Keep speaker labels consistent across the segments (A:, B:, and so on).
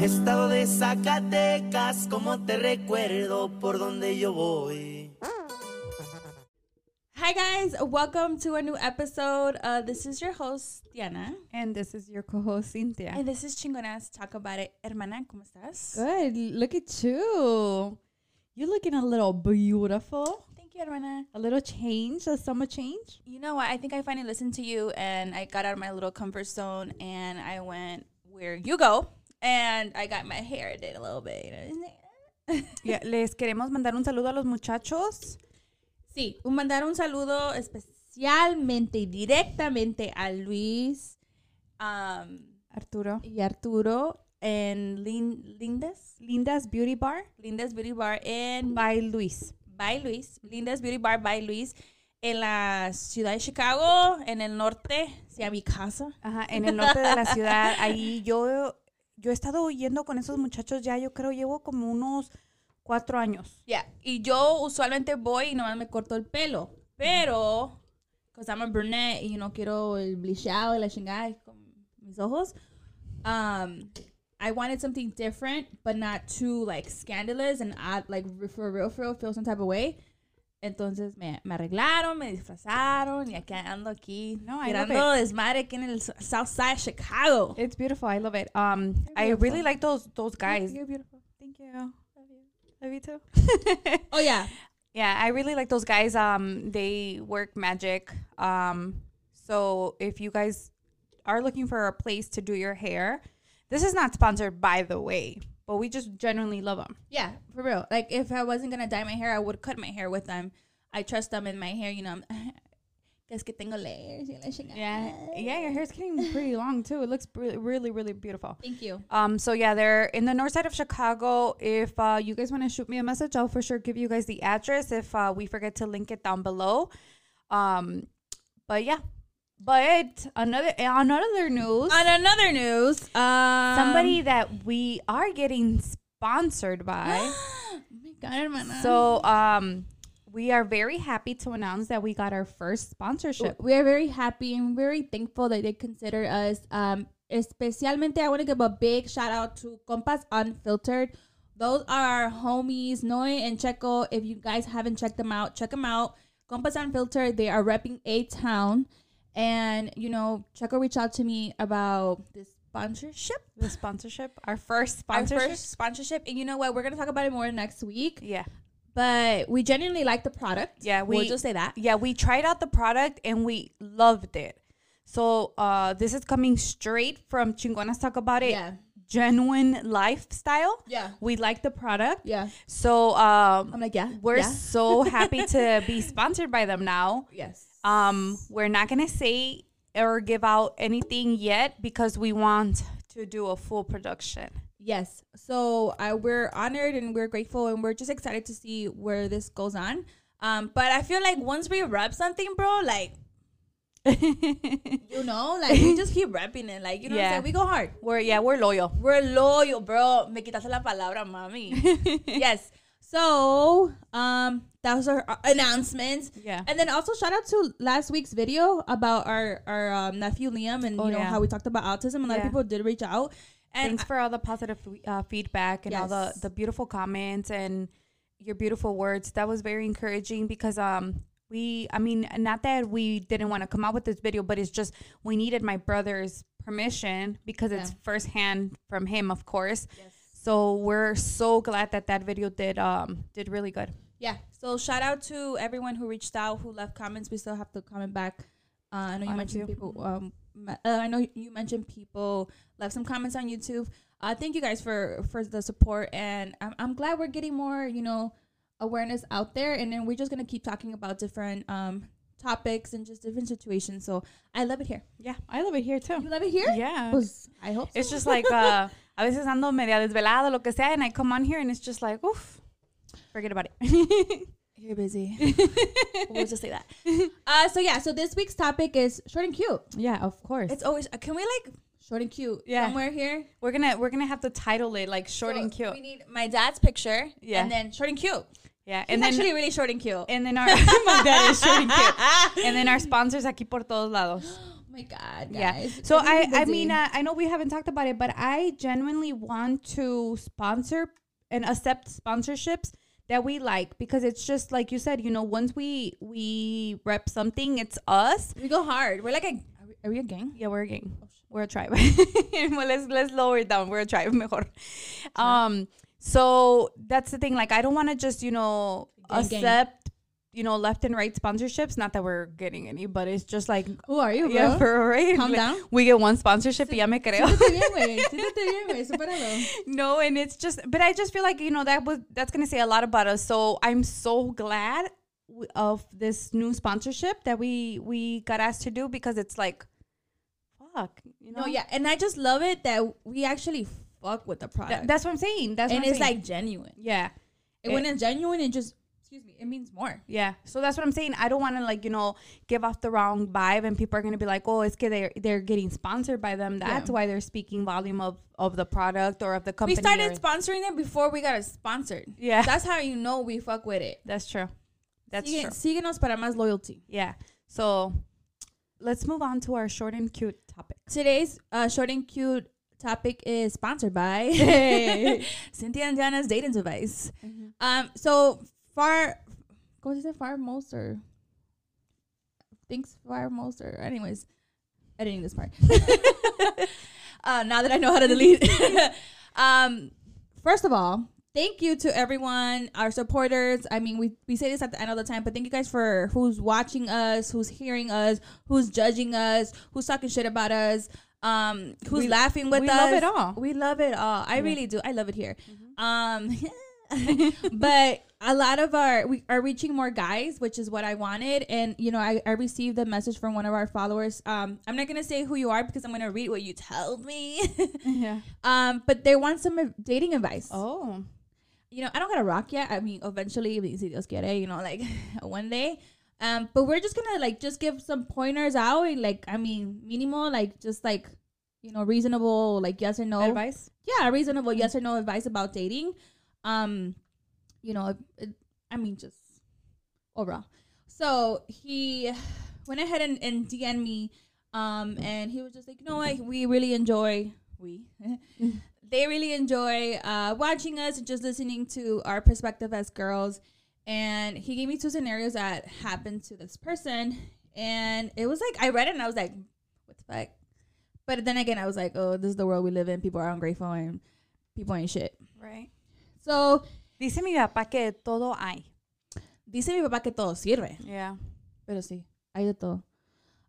A: Estado de Zacatecas, como te recuerdo por donde yo voy.
B: Hi guys, welcome to a new episode. Uh, this is your host Diana,
C: And this is your co-host Cynthia.
B: and this is Chingonas Talk About It. Hermana, ¿cómo estás?
C: Good. Look at you. You're looking a little beautiful.
B: Thank you, hermana.
C: A little change, a summer change.
B: You know what? I think I finally listened to you, and I got out of my little comfort zone, and I went where you go, and I got my hair did a little bit. You know?
C: Yeah, les queremos mandar un saludo a los muchachos.
B: Sí, un- mandar un saludo especialmente y directamente a Luis um,
C: Arturo.
B: y Arturo en Lin- Lindas,
C: Linda's Beauty Bar
B: Lindas Beauty Bar en
C: by Luis.
B: by Luis, Lindas Beauty Bar by Luis, en la ciudad de Chicago, en el norte, sí, a mi casa.
C: Ajá, en el norte de la ciudad. Ahí yo, yo he estado yendo con esos muchachos ya, yo creo, llevo como unos cuatro años.
B: Yeah. Y yo usualmente voy y nomás me corto el pelo, pero, because I'm a brunette y no quiero el bleachado y la chingada y con mis ojos, um, I wanted something different, but not too, like, scandalous and odd, like, for real, for real, feel some type of way. Entonces me, me arreglaron, me disfrazaron y aquí ando aquí
C: No, I love
B: tirando desmadre aquí en el s- South Side de Chicago.
C: It's beautiful. I love it. Um, I really like those those guys.
B: You're beautiful.
C: Thank you. Love you. Love you too.
B: Oh yeah.
C: Yeah, I really like those guys. Um, they work magic. Um, so if you guys are looking for a place to do your hair, this is not sponsored, by the way, but we just genuinely love them.
B: Yeah, for real. Like if I wasn't gonna dye my hair, I would cut my hair with them. I trust them in my hair, you know. I'm- Que es que tengo layers. y la chingada.
C: Yeah, yeah, your hair's getting pretty long too. It looks really, really, really beautiful.
B: Thank you.
C: Um, so yeah, they're in the north side of Chicago. If uh, you guys want to shoot me a message, I'll for sure give you guys the address if uh, we forget to link it down below. Um, but yeah, but another on other news,
B: On another news, um,
C: somebody that we are getting sponsored by.
B: Oh my God, hermana.
C: so um, we are very happy to announce that we got our first sponsorship.
B: we are very happy and very thankful that they consider us. Um, especialmente, I want to give a big shout out to Compas Unfiltered. Those are our homies, Noe and Checo. If you guys haven't checked them out, check them out. Compas Unfiltered, they are repping A Town. And, you know, Checo reached out to me about this sponsorship.
C: The sponsorship, our first
B: Our
C: sponsorship.
B: first sponsorship. And you know what? We're going to talk about it more next week.
C: yeah.
B: But we genuinely like the product.
C: Yeah,
B: we, will
C: we-
B: just say that.
C: yeah, we tried out the product and we loved it. So uh, this is coming straight from Chingonas Talk About It.
B: Yeah.
C: Genuine lifestyle.
B: Yeah.
C: We like the product.
B: Yeah.
C: So um,
B: I'm like, yeah.
C: we're
B: yeah.
C: so happy to be sponsored by them now.
B: Yes.
C: Um, we're not gonna say or give out anything yet because we want to do a full production.
B: Yes. So I, we're honored and we're grateful and we're just excited to see where this goes on. Um, but I feel like once we rep something, bro, like you know, like we just keep repping it. Like you know, what I'm
C: Yeah.
B: saying? we go hard.
C: We're yeah, we're loyal.
B: We're loyal, bro. Me quitaste la palabra, mami. yes. So um, that was our uh, announcements.
C: Yeah.
B: And then also shout out to last week's video about our our um, nephew Liam and
C: Oh,
B: you know
C: yeah.
B: how we talked about autism. A lot of
C: Yeah.
B: people did reach out. And
C: Thanks for all the positive uh, feedback and all the,
B: Yes.
C: the beautiful comments and your beautiful words. That was very encouraging because um we I mean not that we didn't want to come out with this video, but it's just we needed my brother's permission because it's
B: Yeah.
C: firsthand from him, of course. So we're so glad that that video did um did really good.
B: Yeah. So shout out to everyone who reached out, who left comments. We still have to comment back. Uh, I know you
C: On a
B: mentioned
C: few.
B: people. Um, me- uh, I know you mentioned people left some comments on YouTube. Uh, thank you guys for for the support, and I'm, I'm glad we're getting more, you know, awareness out there. And then we're just gonna keep talking about different um topics and just different situations. So I love it here.
C: Yeah, I love it here
B: You
C: too.
B: love it here?
C: Yeah.
B: Pues, I hope. So.
C: It's just like uh a veces ando media desvelada lo que sea and I come on here and it's just like oof forget about it.
B: You're busy. we'll just say that. Uh, so yeah. So this week's topic is short and cute.
C: yeah, of course.
B: It's always. uh, Can we like short and cute?
C: Yeah.
B: Somewhere here.
C: We're gonna we're gonna have to title it like short
B: So
C: and cute.
B: We need my dad's picture.
C: Yeah.
B: And then short and cute.
C: yeah,
B: And
C: and then
B: actually really short and cute. Oh
C: and then our my dad is short and cute. And then our sponsors aquí por todos lados.
B: oh my my god, guys.
C: Yeah. So
B: This is
C: I, I
B: busy.
C: mean, uh, I know we haven't talked about it, but I genuinely want to sponsor and accept sponsorships that we like because it's just like you said, you know, once we we rep something, it's us.
B: we go hard. We're like a are we, are we a gang?
C: Yeah, we're a gang.
B: Oh,
C: We're a tribe. well, let's let's lower it down. We're a tribe, mejor. Um, so that's the thing. Like, I don't want to just you know
B: Gang, gang.
C: accept you know left and right sponsorships. Not that we're getting any, but it's just like
B: Who are you,
C: yeah, for real.
B: Calm
C: Like,
B: down.
C: We get one sponsorship, y ya me creo.
B: Siéntate bien, güey. Siéntate bien, güey. Supéralo.
C: no, and it's just, but I just feel like you know that was that's gonna say a lot about us. So I'm so glad w- of this new sponsorship that we we got asked to do because it's like, fuck, you know,
B: No, yeah, and I just love it that we actually fuck with the
C: Th-
B: product,
C: that's what I'm saying. That's
B: and
C: what I'm
B: it's
C: saying.
B: like genuine.
C: yeah,
B: And when it's genuine, it just excuse me, it means more.
C: yeah. So that's what I'm saying. I don't want to like you know give off the wrong vibe, and people are gonna be like, oh, it's because they're they're getting sponsored by them. That's why they're speaking volume of of the product or of the company.
B: We started
C: or-
B: sponsoring them before we got it sponsored.
C: Yeah.
B: that's how you know we fuck with it.
C: that's true. That's
B: Sigue-
C: true.
B: Síguenos para más loyalty.
C: Yeah. So let's move on to our short and cute topic.
B: Today's uh, short and cute topic is sponsored by Cynthia and Diana's dating advice. Um, so far, what is it? Far most or thinks far most or anyways, editing this part. uh, now that I know how to delete. um, first of all, thank you to everyone, our supporters. I mean, we, we say this at the end of the time, but thank you guys for who's watching us, who's hearing us, who's judging us, who's talking shit about us, um, who's
C: We-
B: laughing with
C: we
B: us.
C: love it all.
B: We love it all. I really do. I love it here. Um,
C: Mm-hmm.
B: but a lot of our we are reaching more guys, which is what I wanted. And you know, I, I received a message from one of our followers. Um, I'm not gonna say who you are because I'm gonna read what you tell me.
C: Yeah.
B: um, but they want some uh, dating advice.
C: Oh.
B: You know, I don't gotta rock yet. I mean, eventually, si Dios quiere, you know, like one day. Um, but we're just gonna like just give some pointers out, and, like I mean, minimal, like just like you know, reasonable, like yes or no
C: Advice?
B: yeah, reasonable yes or no advice about dating. Um, you know, it, I mean, just overall. So he went ahead and, and DM'd me, um, and he was just like, you know what, we really enjoy we. they really enjoy uh, watching us and just listening to our perspective as girls. And he gave me two scenarios that happened to this person, and it was like I read it and I was like, "What the fuck?" But then again, I was like, oh, this is the world we live in. People are ungrateful and people ain't shit.
C: Right.
B: So,
C: Dice mi papá que de todo hay.
B: dice mi papá que todo sirve.
C: Yeah.
B: Pero sí, hay de todo.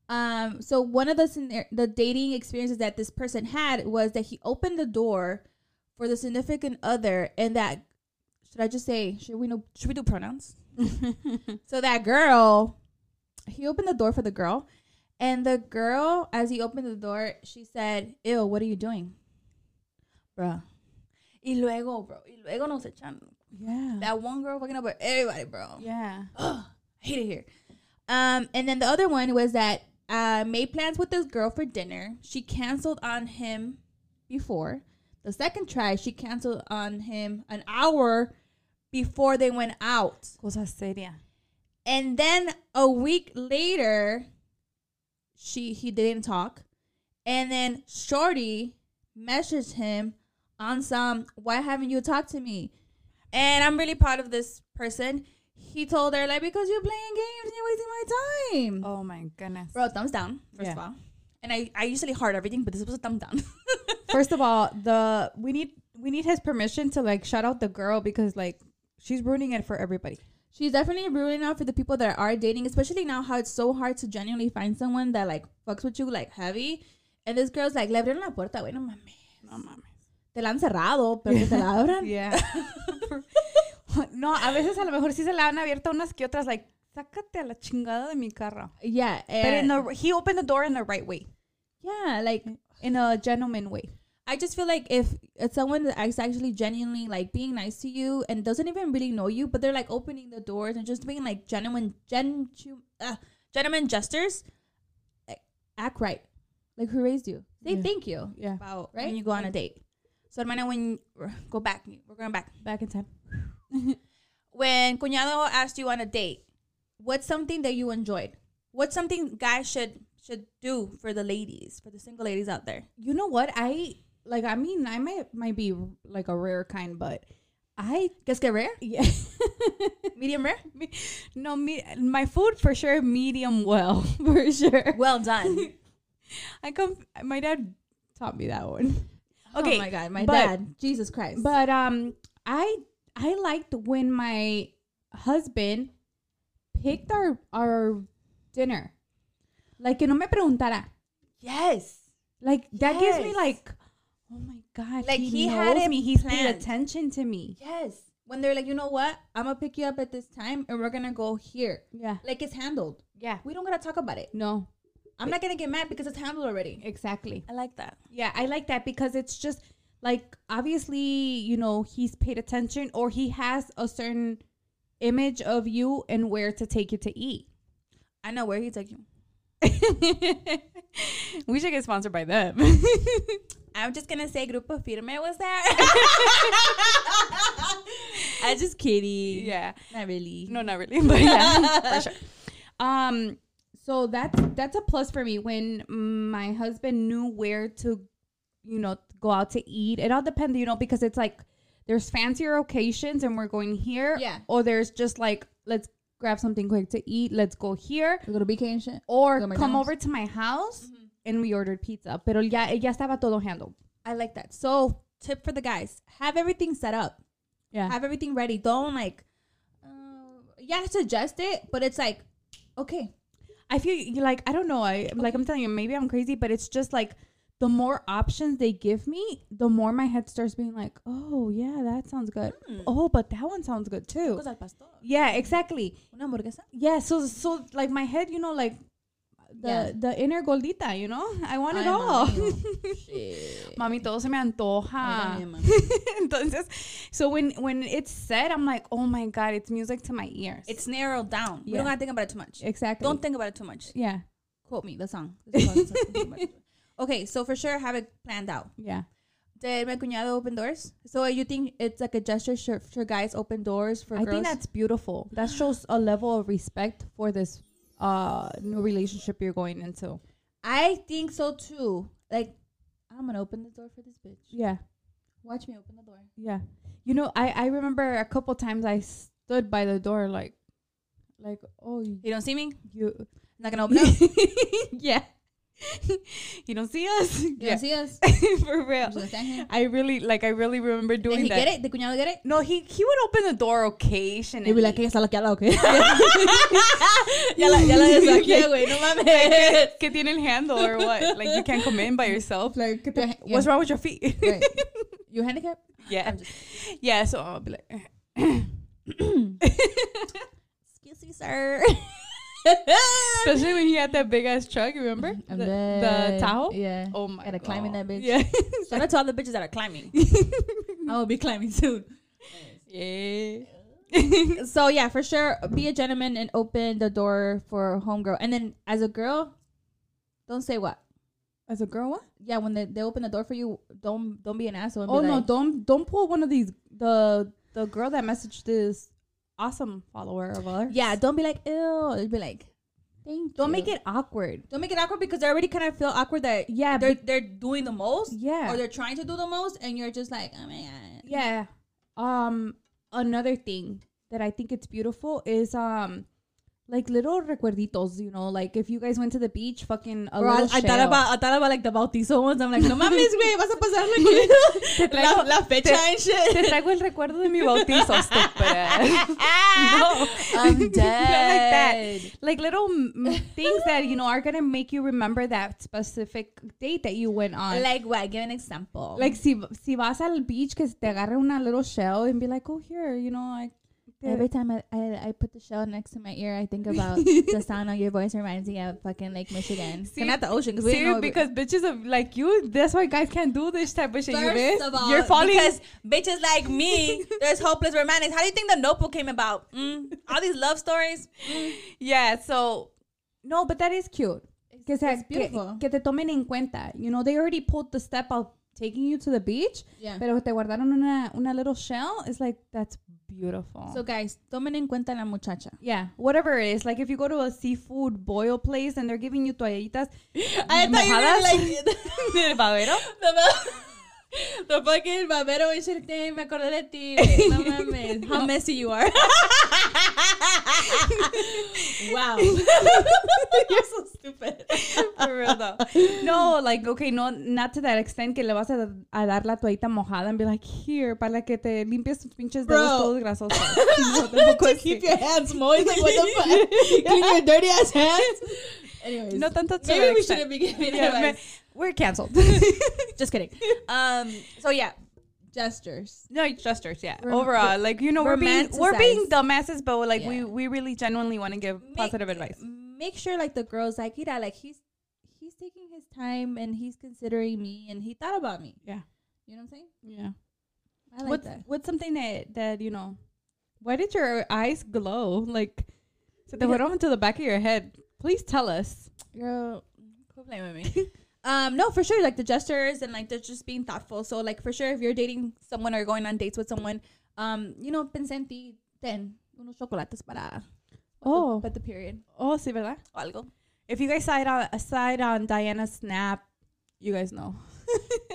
B: Um, so one of the scenar- the dating experiences that this person had was that he opened the door for the significant other, and that should I just say should we know should we do pronouns? so that girl, he opened the door for the girl, and the girl, as he opened the door, she said, "Ew, what are you doing, bruh?" Y luego, bro, y luego nos echan.
C: Yeah.
B: That one girl fucking up with everybody, bro
C: yeah.
B: hate it here. Um, and then the other one was that uh, made plans with this girl for dinner. She canceled on him before. The second try, she canceled on him an hour before they went out.
C: Cosa seria.
B: And then a week later, she he didn't talk. And then Shorty messaged him on some why haven't you talked to me? And I'm really proud of this person. He told her like because you're playing games and you're wasting my time.
C: Oh my goodness.
B: Bro, thumbs down, first of
C: Yeah.
B: all. And I, I usually heart everything, but this was a thumb down.
C: First of all, the we need we need his permission to like shout out the girl because like she's ruining it for everybody.
B: She's definitely ruining out for the people that are dating, especially now how it's so hard to genuinely find someone that like fucks with you like heavy. And this girl's like, le abrieron la puerta, güey, no mames. Te la han cerrado, pero que te la abran.
C: Um, Yeah. no, a veces a lo mejor sí se la han abierto unas que otras like sácate a la chingada de mi carro.
B: Yeah.
C: But in
B: And,
C: the he opened the door in the right way,
B: yeah, like
C: in a gentleman way.
B: I just feel like if it's someone that is actually genuinely like being nice to you and doesn't even really know you, but they're like opening the doors and just being like genuine, gen, uh, gentleman gestures, like, act right. Like who raised you? Say
C: Yeah.
B: thank you.
C: Yeah.
B: About right when you go on a date. So hermana, when go back, we're going back.
C: Back in time.
B: When cuñado asked you on a date, what's something that you enjoyed? What's something guys should should do for the ladies, for the single ladies out there.
C: You know what? I like. I mean, I might might be like a rare kind, but I
B: Guess get rare,
C: yeah.
B: medium rare.
C: Me- no, me my food for sure medium well for sure.
B: Well done.
C: I come. My dad taught me that one.
D: Okay,
B: oh my god, my
C: but-
B: dad, Jesus Christ.
C: But um, I I liked when my husband picked our our dinner. Like que no me preguntara.
B: yes,
C: Like that gives me
B: Yes.
C: like, oh my god,
B: Like,
C: he,
B: he
C: knows
B: had it
C: me. He's paid
B: planned.
C: attention to me.
B: yes. When they're like, you know what, I'm gonna pick you up at this time, and we're gonna go here.
C: Yeah,
B: Like it's handled.
C: yeah.
B: We don't gotta talk about it.
C: No,
B: I'm not gonna get mad because it's handled already.
C: exactly.
B: I like that.
C: Yeah, I like that because it's just like obviously you know he's paid attention or he has a certain image of you and where to take you to eat.
B: I know where he took you.
D: we should get sponsored by them.
B: I'm just gonna say Grupo Firme was there. I just kidding.
D: yeah.
B: Not really.
D: No, not really. But yeah, for sure.
C: Um, so that's that's a plus for me when my husband knew where to, you know, go out to eat. It all depends, you know, because it's like there's fancier occasions and we're going here,
B: Yeah.
C: or there's just like let's grab something quick to eat, let's go here,
B: We go to BK and shit.
C: or
B: Go to McDonald's.
C: come
B: Mm-hmm.
C: over to my house and we ordered pizza. Pero ya ya estaba todo handled.
B: I like that. So tip for the guys: have everything set up.
C: Yeah.
B: Have everything ready. Don't like, uh, yeah, suggest it, but it's like, okay,
C: I feel you like I don't know. I like I'm telling you, maybe I'm crazy, but it's just like the more options they give me, the more my head starts being like, oh yeah, that sounds good.
B: Mm.
C: Oh, but that one sounds good too.
B: tacos Hmm. al pastor,
C: Yeah, exactly.
B: una hamburguesa.
C: Yeah, so so like my head, you know, like the
B: Yeah.
C: the inner goldita, you know, I want it
B: Ay,
C: all.
B: mami, Shit.
C: Mami, todo se me antoja.
B: Ay, mami.
C: Entonces, so when when it's said, I'm like, oh my god, it's music to my ears.
B: It's narrowed down. We
C: Yeah.
B: don't gotta think about it too much.
C: exactly.
B: Don't think about it too much.
C: Yeah,
B: Quote me the song. This song is too much. okay, so for sure, have it planned out.
C: yeah.
B: Did my cuñado open doors? So you think it's like a gesture for, for guys open doors for
C: I
B: girls?
C: think that's beautiful. That shows a level of respect for this uh new relationship you're going into.
B: I think so too. Like, I'm gonna open the door for this bitch.
C: Yeah,
B: Watch me open the door.
C: yeah. You know, I I remember a couple times I stood by the door like, like oh you,
B: You don't see me?
C: you
B: Not gonna open up. You
C: yeah. you don't see us.
B: don't see us?
C: for
B: I'm just gonna
C: real.
B: stand here.
D: I really like. I really remember
B: Did
D: doing
B: he get
D: that.
B: it? Did cuñado get it?
D: No, he he would open the door occasionally.
B: He'd be like, ella está laqueada, okay? ya la, ya la deslaqueé, güey, no mames.
D: "Que tiene el handle or what? Like you can't come in by yourself. Like what's wrong with your feet?
B: Right. You handicapped?
D: yeah,
B: I'm just,
D: yeah. So I'll be like, "Eh."
B: excuse me, sir.
D: especially when he had that big ass truck. Remember
B: I'm
D: the, the
B: dead.
D: Tahoe?
B: Yeah.
D: Oh my
B: Gotta
D: god.
B: climb in that bitch.
D: Yeah.
B: Shout out to all the bitches that are climbing. I will be climbing soon.
D: yeah.
B: So yeah, for sure, be a gentleman and open the door for homegirl. And then as a girl, don't say what.
C: As a girl, what?
B: Yeah, when they, they open the door for you, don't don't be an asshole. And
C: Oh
B: be
C: no,
B: like,
C: don't don't pull one of these the the girl that messaged this awesome follower of ours.
B: yeah, don't be like ew. It'd be like, thank.
C: Don't
B: you."
C: make it awkward.
B: don't make it awkward because they already kind of feel awkward that
C: Yeah,
B: they're
C: be-
B: they're doing the most.
C: Yeah.
B: or they're trying to do the most, and you're just like, oh my god.
C: Yeah. Um another thing that I think it's beautiful is um like little recuerditos, you know, like if you guys went to the beach, fucking a
B: Bro, I,
C: little
B: I thought
C: shell.
B: about I thought about like the bautizo ones. I'm like, no mames, güey, vas a pasar like, la, la fecha and
C: Te
B: shit.
C: traigo el recuerdo de mi
D: Mi
C: bautizo.
D: bautizo, stupid.
B: Ah. I'm
C: dead. Like little mm, things that you know are gonna make you remember that specific date that you went on.
B: Like what? Give an example.
C: like si, si vas al beach, que te agarre una little shell and be like, oh here, you know, like
B: Every time I, I, I put the shell next to my ear, I think about the sound of your voice reminds me of fucking Lake Michigan.
D: See-
B: not the ocean, because we didn't
D: See,
B: know.
D: because bitches are like you, that's why guys can't do this type of shit. you miss.
B: First of all,
D: You're falling.
B: because bitches like me, there's hopeless romantics. How do you think the Notebook came about? Mm, all these love stories.
D: yeah. So
C: No, but that is cute. Que, sea,
B: it's beautiful.
C: Que, que te tomen en cuenta. You know, they already pulled the step of taking you to the beach.
B: Yeah.
C: Pero te guardaron una, una little shell. It's like, that's beautiful.
B: So, guys, tomen en cuenta la muchacha.
C: yeah, whatever it is. Like if you go to a seafood boil place and they're giving you toallitas,
B: I thought you meant,
C: Mojadas.
B: like,
C: del babero.
B: the, the, the fucking babero y shit thing, me acordé de ti. güey. No mames. How messy you are. wow. You're so stupid.
C: For real though. No, like okay, no, not to that extent que le vas a, a dar la toallita mojada and be like, here, para que te limpies tus pinches
B: Bro.
C: dedos todos grasosos. No, tampoco
B: to
C: así.
B: keep your hands moist. Like, what the fuck? Clean your dirty ass hands. Anyways.
C: No tanto to
B: Maybe
C: that
B: we
C: extent.
B: shouldn't be giving
C: Yeah,
B: advice.
C: ma- We're canceled.
B: Just kidding. Um, so, yeah. Gestures.
C: no, it's gestures, yeah.
B: Rom-
C: Overall, like you know, we're being we're being
B: romanticize.
C: dumbasses, but like we
B: Yeah.
C: we really genuinely want to give positive
B: make,
C: advice.
B: Make sure like the girls like you know, like he's he's taking his time and he's considering me and he thought about me.
C: Yeah.
B: You know what I'm saying?
C: Yeah.
B: I like
C: what's
B: that.
C: what's something that that you know? Why did your eyes glow? Like, so they went on to the back of your head. Please tell us.
B: Girl, quit playing with me. um, no, for sure, like the gestures and like they're just being thoughtful. So like for sure if you're dating someone or going on dates with someone, um, you know, pensenti ten unos chocolates para
C: Oh.
B: but the period.
C: Oh, sí, verdad.
B: O algo.
C: If you guys side on side on Diana's snap, you guys know.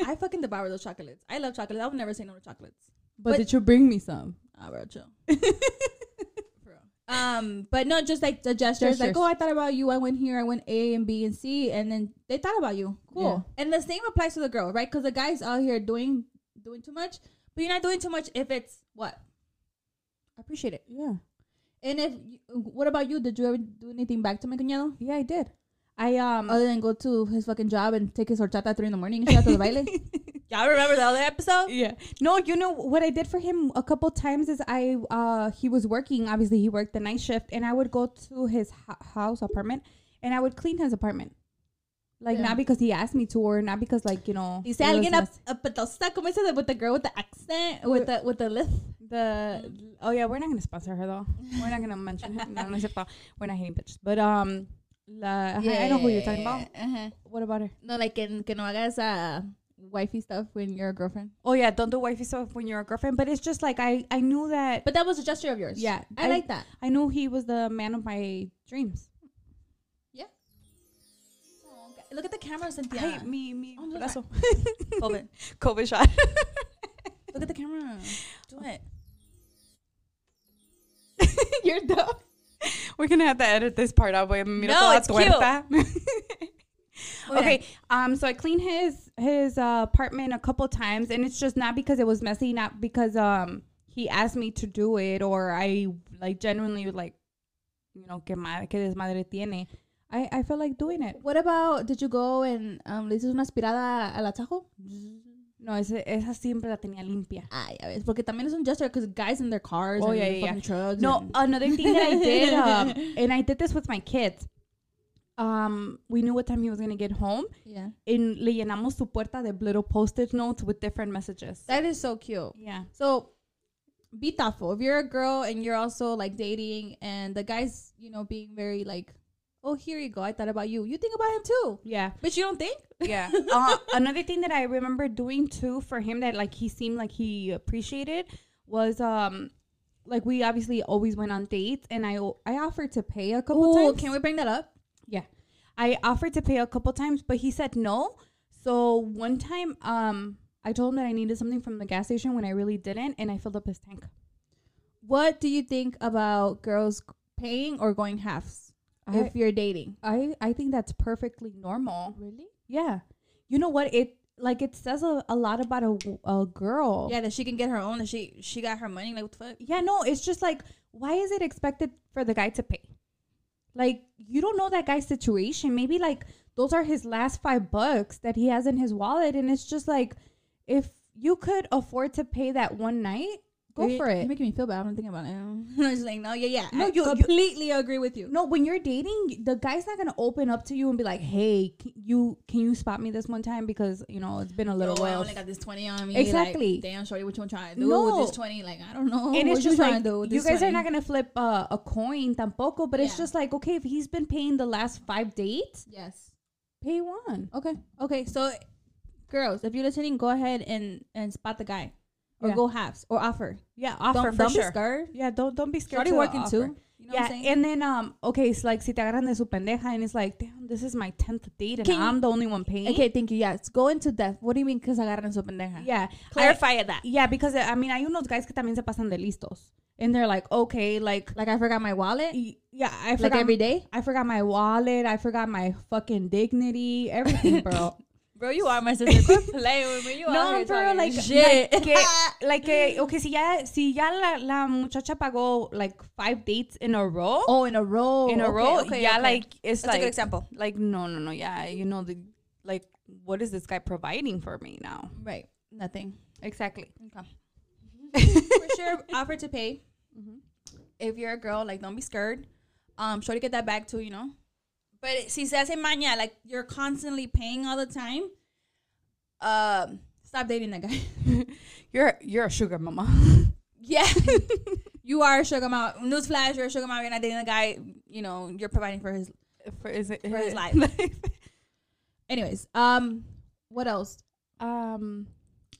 B: I fucking devour those chocolates. I love chocolates. I would never say no to chocolates.
C: But,
B: But-
C: did you bring me some?
B: Ah, bro, chill. For real. Um, but no, just like the gestures, like,
C: Gestures.
B: oh, I thought about you. I went here. I went A and B and C, and then they thought about you. Cool. And the same applies to the girl, right? Because the guy's out here doing doing too much, but you're not doing too much if it's what. I appreciate it.
C: Yeah.
B: And if you- what about you? Did you ever do anything back to my cuñado?
C: Yeah, I did. I um
B: Other than go to his fucking job and take his horchata at three in the morning and shout to the baile. Y'all remember the other episode?
C: yeah. No, you know what I did for him a couple times is I uh he was working, obviously he worked the night shift and I would go to his ho- house apartment and I would clean his apartment. Like
B: Yeah.
C: not because he asked me to or not because like, you know,
B: Dice
C: it was
B: alguien ap-
C: mess-
B: apetosa, ¿cómo dice? With the girl with the accent, with the with the lift.
C: the oh yeah, we're not gonna sponsor her though. We're not gonna mention her. No, no, es cierto. We're not hating bitches. But um la, I know who you're talking about.
B: Uh-huh.
C: What about her?
B: No, like que, que no hagas uh, wifey stuff when you're a girlfriend.
C: Oh yeah, don't do wifey stuff when you're a girlfriend. But it's just like I I knew that
B: But that was a gesture of yours.
C: Yeah,
B: I,
C: I-
B: like that.
C: I knew he was the man of my dreams.
B: Yeah. Look at the camera, Cynthia.
C: Hey, me me
B: Oh, look at-
C: brazo.
B: COVID.
C: COVID shot.
B: Look at the camera. Do it.
C: you're dumb. We're gonna have to edit this part out. But mira
B: No,
C: toda
B: it's cute.
C: tuerta.
B: Oh, yeah.
C: okay, um, so I cleaned his his uh, apartment a couple times, and it's just not because it was messy, not because um he asked me to do it or I like genuinely like, you know, que madre, que desmadre tiene. I I feel like doing it.
B: What about did you go and um, le hiciste una aspirada al atajo?
C: No, ese, esa siempre la tenía limpia.
B: Ah, ya ves, porque también es un gesture because guys in their cars
C: Oh,
B: and
C: yeah,
B: their
C: yeah,
B: fucking trucks.
C: No,
B: and-
C: another thing that I did, um, and I did this with my kids. Um, we knew what time he was gonna get home,
B: yeah,
C: and le llenamos su puerta de little postage notes with different messages.
B: that is so cute.
C: Yeah.
B: So be thoughtful. If you're a girl and you're also like dating and the guy's, you know, being very like, oh, here you go. I thought about you. You think about him too.
C: Yeah.
B: But you don't think?
C: Yeah. uh, another thing that I remember doing too for him that like he seemed like he appreciated was um like we obviously always went on dates and I o- I offered to pay a couple
B: Ooh,
C: times.
B: can we bring that up?
C: Yeah. I offered to pay a couple times, but he said no. So one time um I told him that I needed something from the gas station when I really didn't and I filled up his tank.
B: What do you think about girls paying or going halves
C: I-
B: if you're dating?
C: I I think that's perfectly normal.
B: Really?
C: Yeah. You know what? It like it says a, a lot about a, a girl.
B: Yeah, that she can get her own and she she got her money. Like what the fuck?
C: Yeah, no, it's just like, why is it expected for the guy to pay? Like, you don't know that guy's situation. Maybe like those are his last five bucks that he has in his wallet, and it's just like, if you could afford to pay that one night, go
B: You're-
C: for
B: You're
C: it.
B: making me feel bad. I'm not thinking about it. I'm just like, no, yeah, yeah.
C: No,
B: I
C: you- you-
B: completely agree with you.
C: No, when you're dating, the guy's not gonna open up to you and be like, "Hey, c- you can you spot me this one time because you know it's been a little
B: Oh, I
C: while."
B: only got this 20 on me.
C: Exactly.
B: Like, damn, shorty, what you trying to do
C: No.
B: with this 20? Like, I don't know.
C: and
B: what
C: it's just
B: you
C: like
B: trying to do with
C: you
B: this
C: guys are
B: 20?
C: not gonna flip uh, a coin tampoco, but it's
B: Yeah.
C: just like okay, if he's been paying the last five dates,
B: Yes.
C: pay one.
B: Oh, Okay. Okay. So, girls, if you're listening, go ahead and and spot the guy.
C: or
D: Yeah.
C: go halves or offer.
D: Yeah, offer
C: don't
D: for
C: don't
D: sure.
C: be scared.
D: Yeah, don't don't be scared.
C: Shorty
D: to
C: working too.
D: offer.
B: You know what
C: Yeah,
B: I'm saying?
C: and then um, okay, it's like si te agarran de su pendeja, and it's like, damn, this is my tenth date, and
B: Can you-
C: I'm the only one paying.
B: okay, thank you. Yes, go into depth. What do you mean? Because agarran su pendeja.
C: yeah, I,
B: Clarify that.
C: yeah, because I mean, hay unos guys que también se pasan de listos, and they're like, okay, like,
B: Like I forgot my wallet.
C: y- yeah, I forgot
B: Like every day,
C: I forgot my wallet, I forgot my fucking dignity, everything, bro.
B: bro. You are my sister. Quit playing with me. You
C: No,
B: out here
C: bro,
B: talking
C: like-
B: shit.
C: que, like, que, okay, si ya, si ya la, la muchacha pagó like five dates in a row,
B: oh, in a row.
C: in a
B: Okay,
C: row,
B: okay,
C: yeah,
B: okay.
C: like it's
B: That's a
C: like
B: good example.
C: Like, no, no, no, yeah, you know, the, like, what is this guy providing for me now?
B: right. Nothing.
C: Exactly.
B: Okay. For sure, offer to pay. If you're a girl, like don't be scared. Um, sure to get that back too, you know. But si se hace maña, like you're constantly paying all the time. Um, stop dating that guy.
C: You're you're a sugar mama.
B: Yeah. you are a sugar mama. Newsflash, you're a sugar mama. You're not dating a guy. You know, you're providing for his.
C: for is it
B: For his life. Anyways, um, what else?
C: um,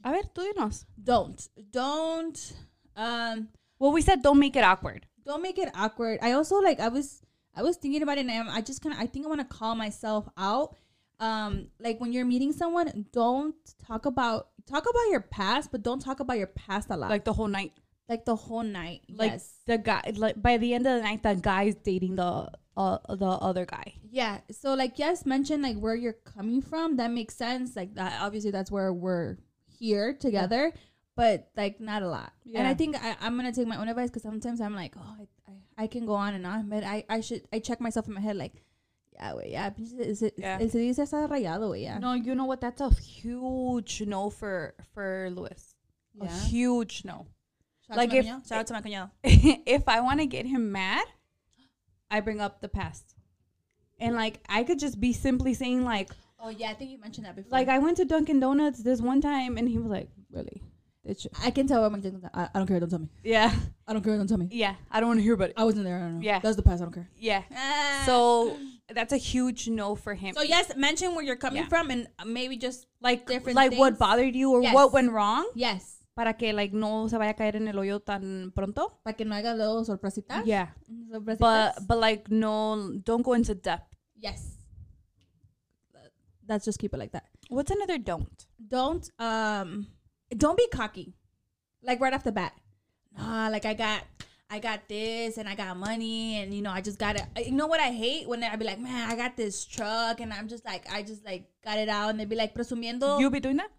C: a ver, tú dinos.
B: Don't, don't, um,
C: Well, we said don't make it awkward.
B: don't make it awkward. I also like I was I was thinking about it, and I'm- I just kind of I think I want to call myself out. Um, like when you're meeting someone, don't talk about talk about your past, but don't talk about your past a lot. Like
C: Like the whole night.
B: like the whole night.
C: Like
B: yes.
C: the guy. Like by the end of the night, the guy's dating the uh, the other guy.
B: Yeah. So like yes, mention like where you're coming from. That makes sense. Like that obviously that's where we're here together, but like not a lot. And
C: Yeah.
B: I think I, I'm gonna take my own advice because sometimes I'm like, oh, I, I, I can go on and on, but I, I should I check myself in my head like, yeah, wait, yeah, pinche- is it
C: Yeah.
B: el cedillo se está rayado, wait, yeah.
C: No, you know what? That's a huge no for for Lewis. A
B: Yeah.
C: huge no.
B: Shout
C: like
B: out to my
C: if-
B: cuñado. shout out to my cuñado.
C: if I want to get him mad, I bring up the past. And like I could just be simply saying like
B: Oh yeah, I think you mentioned that before.
C: like I went to Dunkin' Donuts this one time and he was like, Really? Did you?
B: I can tell what my cuñado- I, I don't care. Don't tell me.
C: Yeah.
B: I don't care. Don't tell me.
C: Yeah. I don't want to hear about it.
B: I wasn't there. I don't know.
C: Yeah.
B: that's the past. I don't care.
C: Yeah. So that's a huge no for him.
B: Ah. So yes, mention where you're coming
C: Yeah.
B: from and maybe just like different
C: like what
B: things.
C: bothered you or
B: Yes.
C: what went wrong
B: Yes.
C: para que like no se vaya a caer en el hoyo tan pronto.
B: Para que no haga luego sorpresitas.
C: Yeah.
B: Sorpresitas.
C: But but like no don't go into depth.
B: yes. Let's just keep it like that.
C: What's another don't?
B: Don't um don't be cocky. Like right off the bat. Nah, like I got I got this and I got money and you know I just got it. You know what I hate when I be like, man, I got this truck and I'm just like I just like got it out and they be like presumiendo.
C: You be doing that?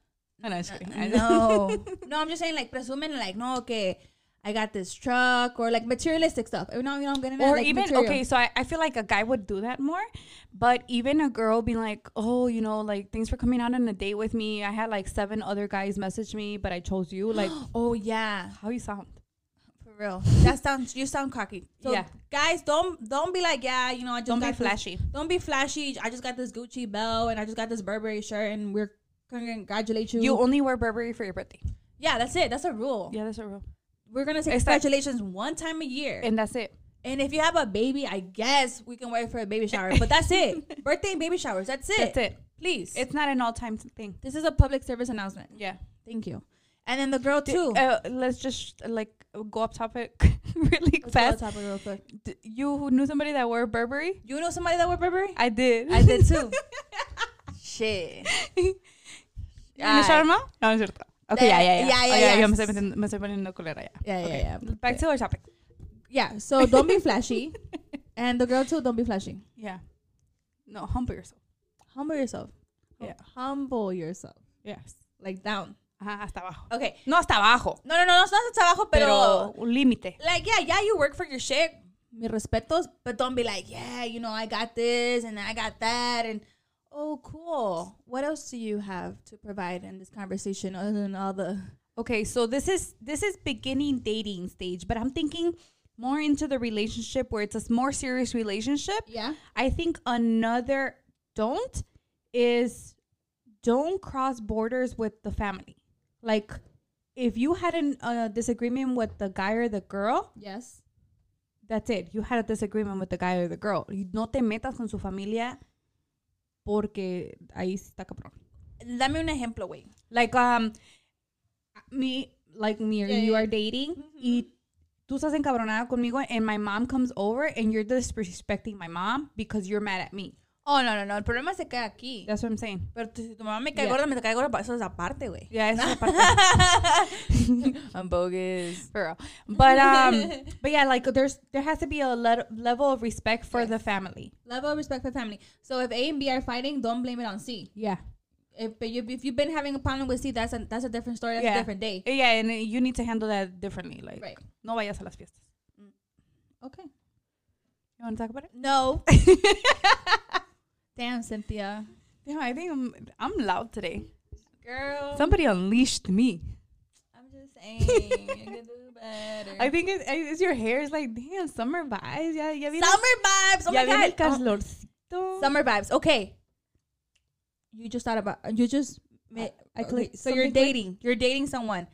C: No, no, just kidding. I-
B: uh, no, no, I'm just saying like presumen like no okay, I got this truck or like materialistic stuff. You know, you know I'm getting at,
C: or
B: like,
C: even
B: material.
C: okay so I, I feel like a guy would do that more but even a girl being like oh you know like thanks for coming out on a date with me i had like seven other guys message me but i chose you like
B: Oh yeah,
C: how you sound
B: for real. That sounds you sound cocky. So
C: Yeah.
B: guys, don't don't be like yeah, you know I just
C: Don't be
B: got this-
C: flashy.
B: Don't be flashy. I just got this Gucci belt and I just got this Burberry shirt and we're gonna congratulate you.
C: you only wear burberry for your birthday
B: yeah, that's it. That's a rule.
C: yeah that's a rule
B: We're gonna say
C: It's like-
B: congratulations one time a year.
C: and that's it
B: And if you have a baby, I guess we can wait for a baby shower. But that's it. Birthday and baby showers. That's it.
C: that's it
B: Please.
C: it's not an all-time thing
B: This is a public service announcement.
C: yeah
B: Thank you. And then the girl
C: D-
B: too.
C: uh, let's just like go up topic really
B: Let's go to
C: fast
B: the topic real quick.
C: D- you who knew somebody that wore burberry
B: You know somebody that wore Burberry?
C: i did
B: I did too. Shit.
C: ¿Me echaron mal? no es cierto Okay,
B: Yeah,
C: ya, ya, ya.
B: yeah, yeah,
C: Oh,
B: yeah.
C: ya, ya me estoy metiendo- me estoy poniendo culera ya.
B: Yeah, yeah,
C: Okay.
B: yeah.
C: Back to our topic.
B: Yeah. So don't be flashy. and the girl too, don't be flashy.
C: Yeah. No, humble yourself.
B: Humble yourself.
C: Yeah.
B: Humble yourself.
C: Yes.
B: Like down.
C: Ajá, hasta abajo.
B: Okay.
C: No hasta abajo,
B: No, no, no, no, it's not trabajo,
C: pero,
B: pero,
C: un límite.
B: like yeah, yeah, you work for your shit. Mi respetos, but don't be like, yeah, you know, I got this and I got that and oh cool. What else do you have to provide in this conversation other than all the
C: Okay, so this is this is beginning dating stage, but I'm thinking more into the relationship where it's a s- more serious relationship.
B: Yeah.
C: I think another don't is don't cross borders with the family. Like if you had an uh, disagreement with the guy or the girl,
B: Yes.
C: that's it. You had a disagreement with the guy or the girl. You no te metas con su familia porque ahí sí está cabrón.
B: Dame un ejemplo, güey.
C: Like um, me like me or
B: Yeah,
C: you
B: yeah. Mm-hmm,
C: are dating y tú estás encabronada conmigo and my mom comes over and you're disrespecting my mom because you're mad at me.
B: Oh, no, no, no. El problema se queda aquí.
C: That's what I'm saying.
B: Pero tu- si tu mamá me cae
C: Yeah.
B: gorda, me cae gorda, pa- eso es aparte, güey.
C: Yeah, it's a part-
B: I'm bogus.
C: for real. But um but yeah, like there's there has to be a le- level of respect for the family.
B: Level of respect for family. So if A and B are fighting, don't blame it on C.
C: Yeah.
B: If but you, if you've been having a problem with C, that's a, that's a different story. That's
C: Yeah.
B: a different day.
C: Yeah, and you need to handle that differently. Like
B: Right.
C: no vayas a las fiestas.
B: Okay.
C: You want to talk about it?
B: No. Damn, Cynthia.
C: Yeah, I think I'm, I'm loud today.
B: Girl.
C: Somebody unleashed me.
B: I'm just saying. you can do better.
C: I think it, it's your hair. It's like, damn, summer vibes. Yeah, yeah.
B: Summer vibes. Oh
C: ya
B: my
C: viene el
B: god. Oh,
C: calorcito.
B: summer vibes. Okay. You just thought about. You just. ma-
C: I
B: okay,
C: clicked-
B: So you're
C: something clicked.
B: dating. You're dating someone.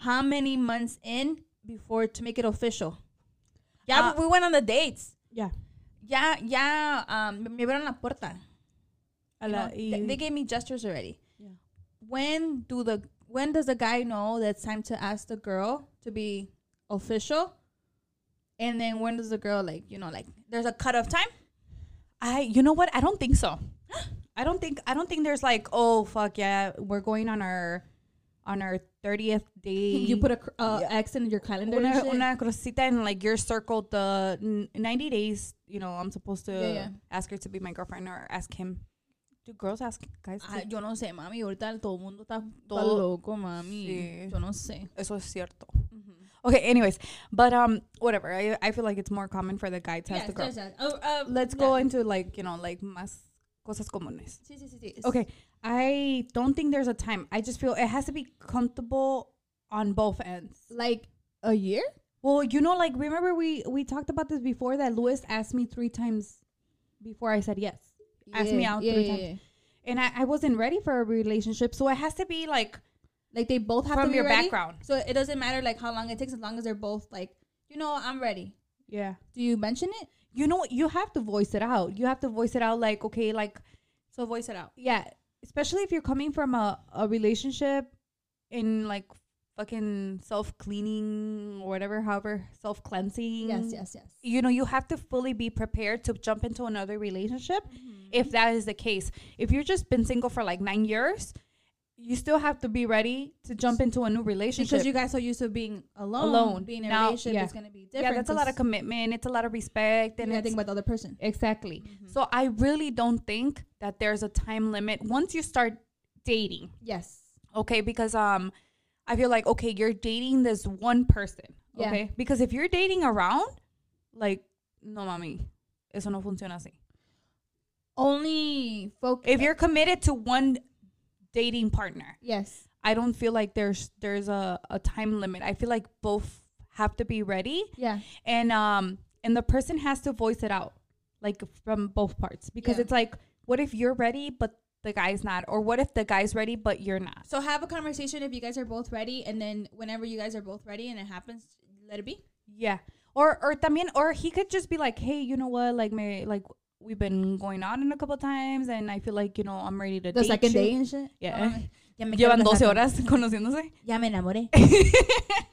B: How many months in before to make it official? Yeah,
C: Uh,
B: we went on the dates.
C: yeah.
B: Yeah, yeah. Um, me abrieron la puerta.
C: A
B: you
C: la-
B: know, th-
C: y-
B: they gave me gestures already.
C: Yeah.
B: When do the when does the guy know that it's time to ask the girl to be official? And then when does the girl like you know like there's a cutoff time?
C: I, you know what? I don't think so. I don't think I don't think there's like, oh fuck yeah, we're going on our on our thirtieth day.
B: a cr- uh, X in your calendar. and
C: una,
B: shit?
C: una crucita and like you're circled the n- ninety days. You know, I'm supposed to
B: Yeah, yeah.
C: ask her to be my girlfriend or ask him. Do girls ask guys?
B: Ah,
C: to-
B: yo no sé, mami. Ahorita todo el mundo está todo
C: Todo-
B: loco, mami.
C: Sí.
B: Yo no sé.
C: Eso es cierto.
B: Mm-hmm.
C: Okay, anyways, but um, whatever. I, I feel like it's more common for the guy to ask the girl.
B: Oh, um,
C: Let's go into like you know like más cosas comunes.
B: Sí, sí, sí, sí.
C: Okay, I don't think there's a time. I just feel it has to be comfortable on both ends.
B: Like a year?
C: Well, you know, like remember we we talked about this before that Lewis asked me three times before I said yes. Asked me
B: Yeah,
C: out
B: yeah,
C: three
B: yeah,
C: times,
B: yeah.
C: and I, I wasn't ready for a relationship, so it has to be like
B: Like they both have
C: From
B: to be
C: your
B: ready?
C: background.
B: So it doesn't matter like how long it takes, as long as they're both like, you know, I'm ready.
C: yeah.
B: Do you mention it?
C: You know, what? you have to voice it out. You have to voice it out. Like okay, like
B: So voice it out.
C: yeah especially if you're coming from a, a relationship in like fucking self-cleaning or whatever however self-cleansing
B: Yes, yes, yes.
C: you know you have to fully be prepared to jump into another relationship
B: Mm-hmm.
C: if that is the case if you've just been single for like nine years you still have to be ready to jump into a new relationship
B: Because you guys are used to being alone,
C: Alone.
B: being in a
C: Now-
B: relationship
C: yeah.
B: is gonna be different.
C: yeah that's a lot of
B: 'cause
C: commitment it's a lot of respect
B: you
C: and
B: gotta
C: it's-
B: think about the other person.
C: exactly so i really don't think that there's a time limit once you start dating
B: Yes.
C: okay because um i feel like okay you're dating this one person
B: Yeah.
C: okay because if you're dating around like no mami eso no funciona así
B: Only focus.
C: if you're committed to one dating partner
B: yes.
C: i don't feel like there's there's a, a time limit i feel like both have to be ready
B: Yeah.
C: and um and the person has to voice it out like from both parts because
B: Yeah.
C: it's like what if you're ready but the guy's not or what if the guy's ready but you're not
B: So have a conversation if you guys are both ready, and then whenever you guys are both ready and it happens, let it be.
C: Yeah. Or or también or he could just be like, hey, you know what? Like may like we've been going out in a couple times, and I feel like you know I'm ready to date you.
B: and shit. Oh
C: Yeah.
B: Ya me quiero
C: Llevan 12
B: casar con-
C: horas conociéndose.
B: Ya me enamoré.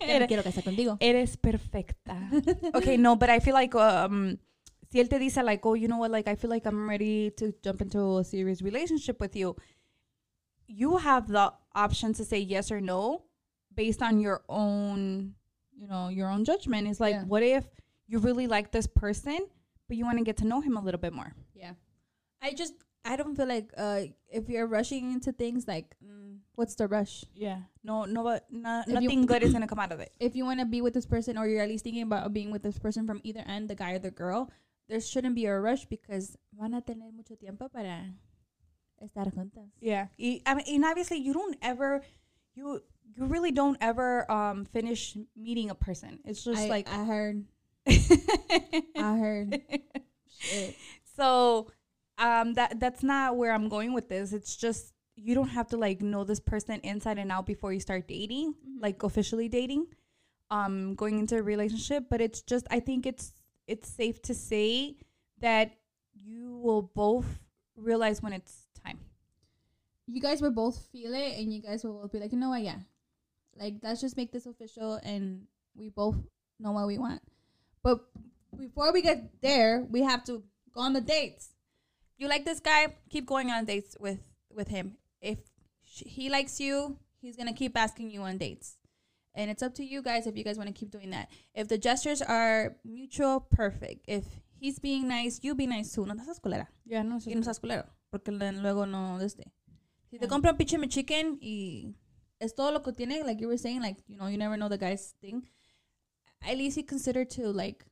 B: ya me quiero casar contigo.
C: Eres perfecta. okay, no, but I feel like um, si él te dice like, oh, you know what? Like I feel like I'm ready to jump into a serious relationship with you. You have the option to say yes or no based on your own, you know, your own judgment. It's like,
B: Yeah.
C: what if you really like this person, but you want to get to know him a little bit more?
B: Yeah. I just I don't feel like uh if you're rushing into things like mm, what's the rush?
C: Yeah. No, no, but no,
B: If you-
C: nothing good is gonna come out of it.
B: If you want to be with this person or you're at least thinking about being with this person from either end, the guy or the girl, there shouldn't be a rush because van a tener mucho tiempo para estar juntas.
C: Yeah. Y, I mean, and obviously you don't ever, you you really don't ever um finish meeting a person. It's just
B: I,
C: like
B: I heard I heard shit.
C: so um that that's not where I'm going with this. It's just you don't have to like know this person inside and out before you start dating,
B: Mm-hmm.
C: like officially dating, um going into a relationship, but it's just I think it's it's safe to say that you will both realize when it's time.
B: You guys would both feel it and you guys would both be like, "You know what? Yeah." Like let's just make this official and we both know what we want. But before we get there, we have to go on the dates. You like this guy? Keep going on dates with with him. If sh- he likes you, he's gonna keep asking you on dates, and it's up to you guys if you guys want to keep doing that. If the gestures are mutual, perfect. If he's being nice, you be nice too. No te hagas culera.
C: Yeah, no
B: Y no seas culero, porque le- luego no de este. Si te compra un pinche chicken y es todo lo que tiene, like you were saying, like, you know, you never know the guy's thing. At least you consider to, like,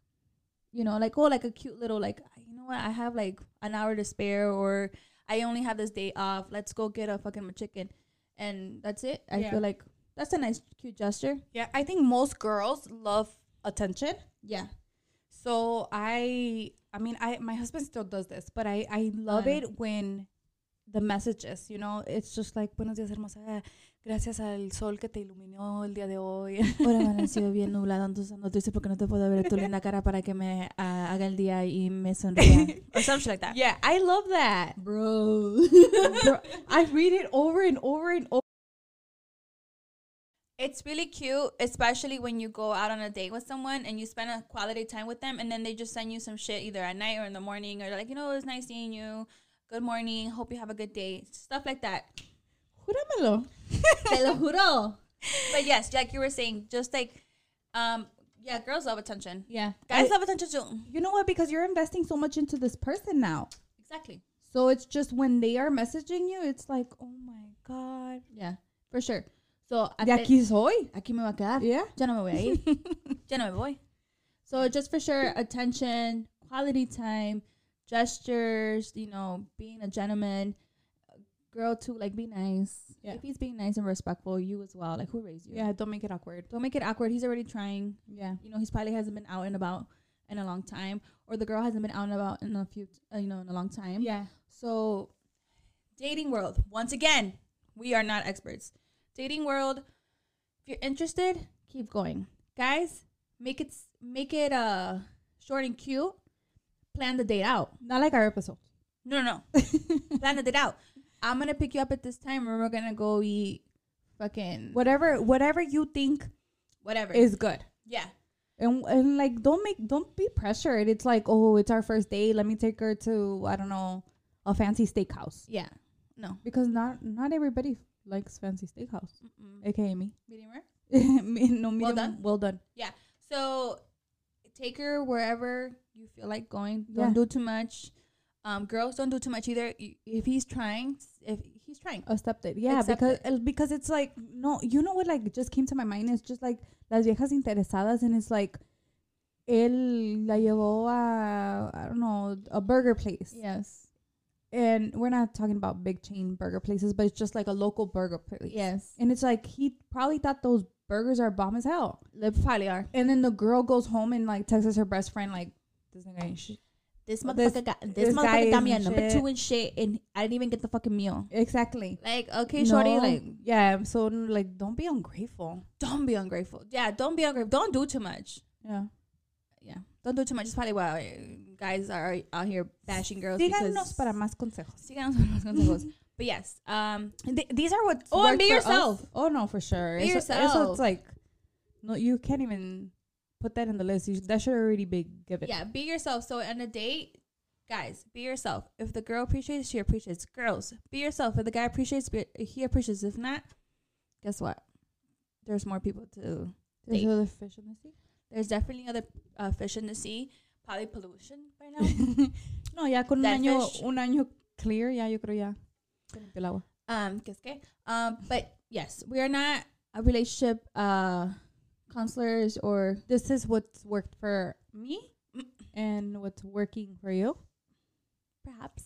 B: you know, like, oh, like a cute little, like, you know what, I have like an hour to spare or I only have this day off. Let's go get a fucking chicken. And that's it. I
C: Yeah.
B: feel like that's a nice, cute gesture.
D: Yeah, I think most girls love attention.
B: Yeah.
D: So I, I mean, I my husband still does this, but I I love
B: Fun.
D: it when the messages, you know, it's just like buenos días hermosa, gracias al sol que te iluminó el día de hoy.
B: Ahora amaneció bien nublado, entonces no triste porque no te puedo ver tu linda cara para que me ah, haga el día y me sonría. Or something like that.
D: yeah, I love that.
B: Bro.
C: I read it over and over and over.
B: It's really cute, especially when you go out on a date with someone and you spend a quality time with them, and then they just send you some shit either at night or in the morning, or like, you know, it was nice seeing you. Good morning. Hope you have a good day. Stuff like that.
C: Júramelo.
B: Te lo juro. But yes, like you were saying, just like, um, yeah, girls love attention.
C: Yeah.
B: Guys love attention too.
C: You know what? Because you're investing so much into this person now.
B: Exactly.
C: So it's just when they are messaging you, it's like, oh my God.
B: Yeah, for sure. So at
C: De
B: the-
C: aquí soy.
B: aquí me voy a quedar.
C: Yeah.
B: Ya no me voy a ir. ya no me voy. So just for sure, attention, quality time, gestures, you know, being a gentleman, girl too, like be nice.
C: Yeah.
B: If he's being nice and respectful, you as well. Like who raised you?
C: Yeah, don't make it awkward.
B: Don't make it awkward. He's already trying.
C: Yeah.
B: You know, he's probably hasn't been out and about in a long time, or the girl hasn't been out and about in a few, uh, you know, in a long time.
C: Yeah.
B: So, dating world, once again, we are not experts. Dating world, if you're interested, keep going. Guys, make it s- make it uh short and cute. Plan the date out.
C: Not like our episode.
B: No, no, no. Plan the date out. I'm going to pick you up at this time or we're going to go eat fucking
C: Whatever whatever you think
B: whatever.
C: is good.
B: yeah.
C: And, and like don't make don't be pressured. It's like, oh, it's our first date. Let me take her to, I don't know, a fancy steakhouse.
B: Yeah. No.
C: Because not not everybody likes fancy steakhouse.
B: Mm-mm.
C: AKA me.
B: Medium rare?
C: Me- no, medium,
B: done.
C: Well done.
B: Yeah. So take her wherever you feel like going.
C: Yeah.
B: Don't do too much. Um, girls don't do too much either. Y- If he's trying, if he's trying,
C: Accept it. Yeah,
B: Accept
C: because uh, because it's like no, you know what like just came to my mind. It's just like las viejas interesadas, and it's like él la llevó a I don't know a burger place,
B: yes,
C: and we're not talking about big chain burger places, but it's just like a local burger place.
B: yes,
C: and it's like he probably thought those burgers are bomb as hell,
B: they probably are.
C: and then the girl goes home and like texts her best friend like this nigga ain't shit.
B: This
C: Well, this-
B: motherfucker got this,
C: this guy
B: motherfucker got me
C: is
B: at number
C: shit.
B: two and shit, and I didn't even get the fucking meal.
C: Exactly.
B: Like, okay, shorty,
C: No.
B: like,
C: yeah, so like don't be ungrateful.
B: don't be ungrateful. Yeah, don't be ungrateful. Don't do too much.
C: Yeah.
B: Yeah, don't do too much. It's probably why uh, guys are out here bashing girls.
C: Díganos
B: because-
C: para más consejos.
B: Síganos para los consejos. But yes, um,
C: Th- these are what.
B: Oh, and be yourself.
C: Oh no, for sure.
B: Be
C: Eso- eso
B: yourself.
C: it's like, no, you can't even put that in the list. You, sh- that should already be given.
B: Yeah, be yourself. So on a date, guys, be yourself. If the girl appreciates, she appreciates. Girls, be yourself. If the guy appreciates, be, he appreciates. If not, guess what? There's more people to.
C: There's
B: Date.
C: other fish in the sea.
B: There's definitely other uh, fish in the sea. Probably pollution by now.
C: No, ya con un
B: That
C: año,
B: fish.
C: un año clear. Ya yo creo ya. se limpió el agua.
B: um, guess okay. Um, but yes, we are not a relationship uh counselors or
C: This is what's worked for me, and what's working for you.
B: perhaps.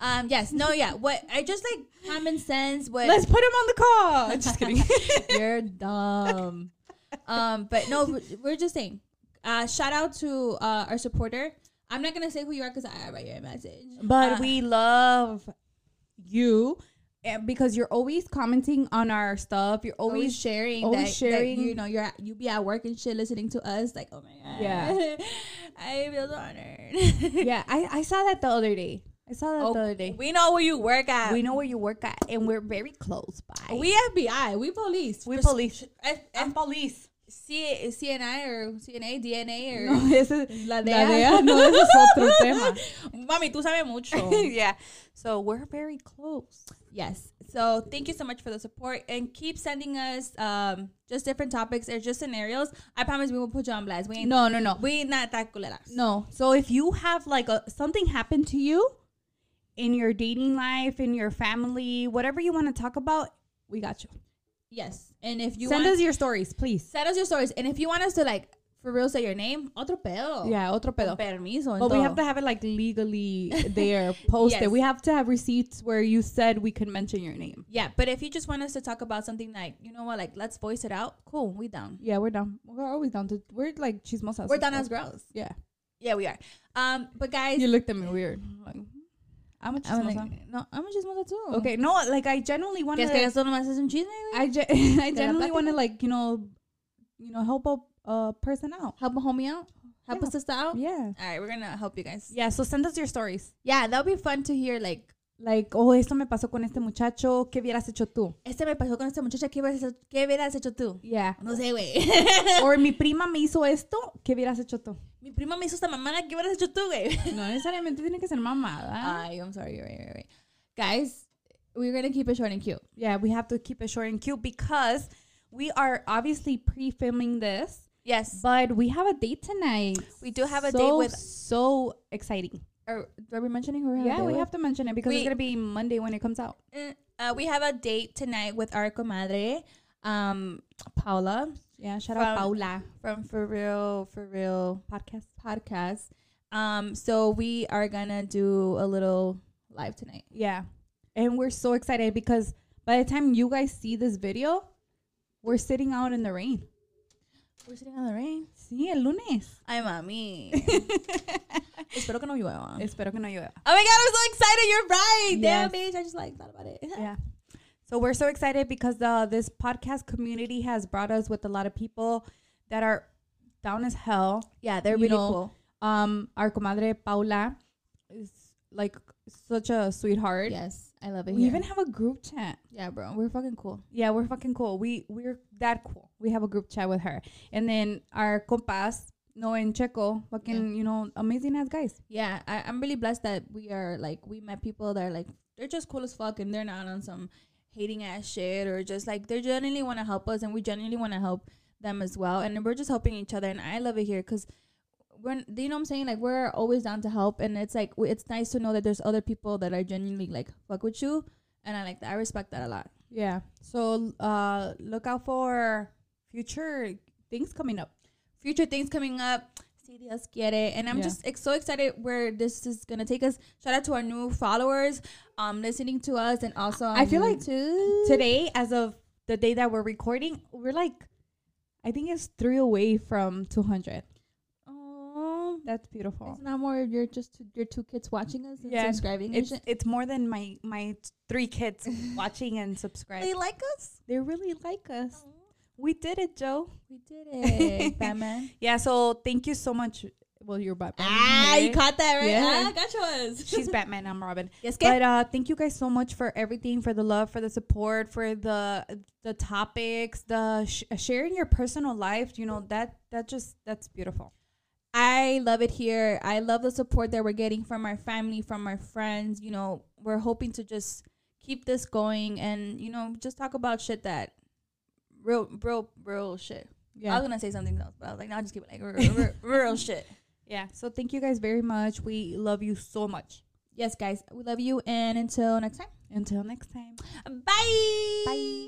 B: Um, yes, no, yeah. What I just like common sense. What
C: Let's put him on the call. Just kidding.
B: You're dumb. Um, but no, we- we're just saying. Uh, shout out to uh, our supporter. I'm not gonna say who you are because I write you a message.
C: But
B: Uh,
C: we love you and because you're always commenting on our stuff. You're
B: always,
C: always
B: sharing,
C: always
B: that, that
C: sharing.
B: you know, you're at, you be at work and shit, listening to us. Like, oh my god,
C: Yeah.
B: I feel so honored.
C: yeah, I, I saw that the other day. I I saw that the other day.
B: Oh, We know where you work at.
C: We know where you work at, and we're very close by.
B: We FBI. We police.
D: We police.
B: F- F-
D: police.
B: C- CNI or CNA, DNA or.
C: no, ese,
B: La
C: la
B: DEA.
C: DEA, no, ese es otro tema.
B: Mami, tú sabes mucho.
D: yeah. So we're very close.
B: yes. So thank you so much for the support and keep sending us um, just different topics or just scenarios. I promise we won't put you on blast. We ain't,
C: No, no, no.
B: we ain't not that culeras.
C: No. So if you have like a something happened to you in your dating life, in your family, whatever you want to talk about, we got you.
B: Yes. And if you
C: Send
B: want,
C: us your stories, please.
B: send us your stories. And if you want us to like for real say your name, otro pedo.
C: Yeah, otro
B: Con
C: pedo.
B: Permiso.
C: But we have to
B: the
C: have it like legally there posted.
B: Yes.
C: We have to have receipts where you said we could mention your name.
B: yeah, but if you just want us to talk about something like, you know what, like let's voice it out, cool, we down.
C: Yeah, we're down. We're always down to. We're like chismosas.
B: We're down as girls.
C: Yeah.
B: Yeah, we are. Um, but guys,
C: You looked at me weird. Like, I'm a
B: I'm
C: chismosa.
B: like, no, I'm just mother too.
C: okay, no, like I generally want
B: ¿Quieres que
C: to.
B: eso nomás es un chisme, güey?
C: I, ge- I
B: la
C: generally want to
B: plática?
C: like you know, you know, help a uh, person out.
B: help a homie out, help
C: Yeah.
B: a sister out.
C: Yeah.
B: All right, we're gonna help you guys.
C: Yeah. So send us your stories.
B: Yeah, that'll be fun to hear. Like,
C: Like, oh, esto me pasó con este muchacho. ¿Qué hubieras hecho tú?
B: este me pasó con esta muchacha, ¿qué hubieras, qué hubieras hecho tú?
C: Yeah.
B: No sé, güey.
C: Or mi prima me hizo esto. ¿Qué hubieras hecho tú?
B: Mi prima me hizo esta mamada, ¿qué hubieras hecho tú, güey?
C: No necesariamente tiene que ser mamada.
B: Ay, I'm sorry, you're right, right, right. Guys, we're gonna keep it short and cute.
C: yeah, we have to keep it short and cute because we are obviously pre-filming this,
B: Yes.
C: but we have a date tonight.
B: We do have a
C: So,
B: date with-
C: so exciting.
B: Are, are we mentioning who we have?
C: Yeah, we have to mention it because
B: We-
C: it's gonna be Monday when it comes out.
B: to. Uh, we have a date tonight with our comadre, um, Paula
C: Yeah, shout
B: From-
C: out Paula
B: from For Real, For Real
C: podcast.
B: podcast. Um, so we are gonna do a little live tonight.
C: Yeah, and we're so excited because by the time you guys see this video, we're sitting out in the rain.
B: We're sitting on the rain.
C: Sí, el lunes.
B: Ay, mami. Espero que no llueva.
C: Espero que no llueva.
B: Oh my god, I'm so excited. You're right. Damn,
C: Yes.
B: bitch. I just like thought about it.
C: Yeah. So we're so excited because uh, this podcast community has brought us with a lot of people that are down as hell.
B: Yeah, they're
C: You
B: really
C: know,
B: cool.
C: Um, our comadre Paula is like such a sweetheart.
B: Yes, I love it.
C: We
B: here.
C: even have a group chat.
B: yeah, bro. We're fucking cool.
C: Yeah, we're fucking cool. We we're that cool. We have a group chat with her, and then our compas, Noah and Checo, fucking you know amazing ass guys.
B: Yeah, I, I'm really blessed that we are like we met people that are like they're just cool as fuck and they're not on some hating ass shit or just like they genuinely want to help us and we genuinely want to help them as well and we're just helping each other and I love it here because we're you know what I'm saying like we're always down to help and it's like w- it's nice to know that there's other people that are genuinely like fuck with you and I like that I respect that a lot.
C: Yeah. So uh, look out for future things coming up.
B: future things coming up. Si Dios quiere. And I'm
C: Yeah.
B: just ex- so excited where this is gonna take us. Shout out to our new followers, um, listening to us, and also
C: I feel like
B: to
C: Today, as of the day that we're recording, we're like, I think it's three away from two hundred.
B: Oh,
C: That's beautiful.
B: it's not more. You're just your two kids watching us and
C: Yeah,
B: subscribing.
C: It's
B: and shit.
C: it's more than my my three kids watching and
B: they
C: subscribing.
B: like us.
C: They really like us. We did it, Joe.
B: We did it, Batman.
C: Yeah, so thank you so much. Well, you're Batman.
B: Ah, you
C: right?
B: caught that right?
C: Yeah.
B: Ah, gotcha us.
C: She's Batman. I'm Robin.
B: Yes, kid.
C: But uh, thank you guys so much for everything, for the love, for the support, for the the topics, the sh- sharing your personal life. You know that that just that's beautiful.
B: I love it here. I love the support that we're getting from our family, from our friends. You know, we're hoping to just keep this going and, you know, just talk about shit that real, real, real shit. I
C: Yeah,
B: was going to say something else, but I was like, no, I'll just keep it like real, real, real shit.
C: yeah. So thank you guys very much. We love you so much.
B: Yes, guys, we love you. And until next time,
C: Until next time.
B: bye.
C: Bye.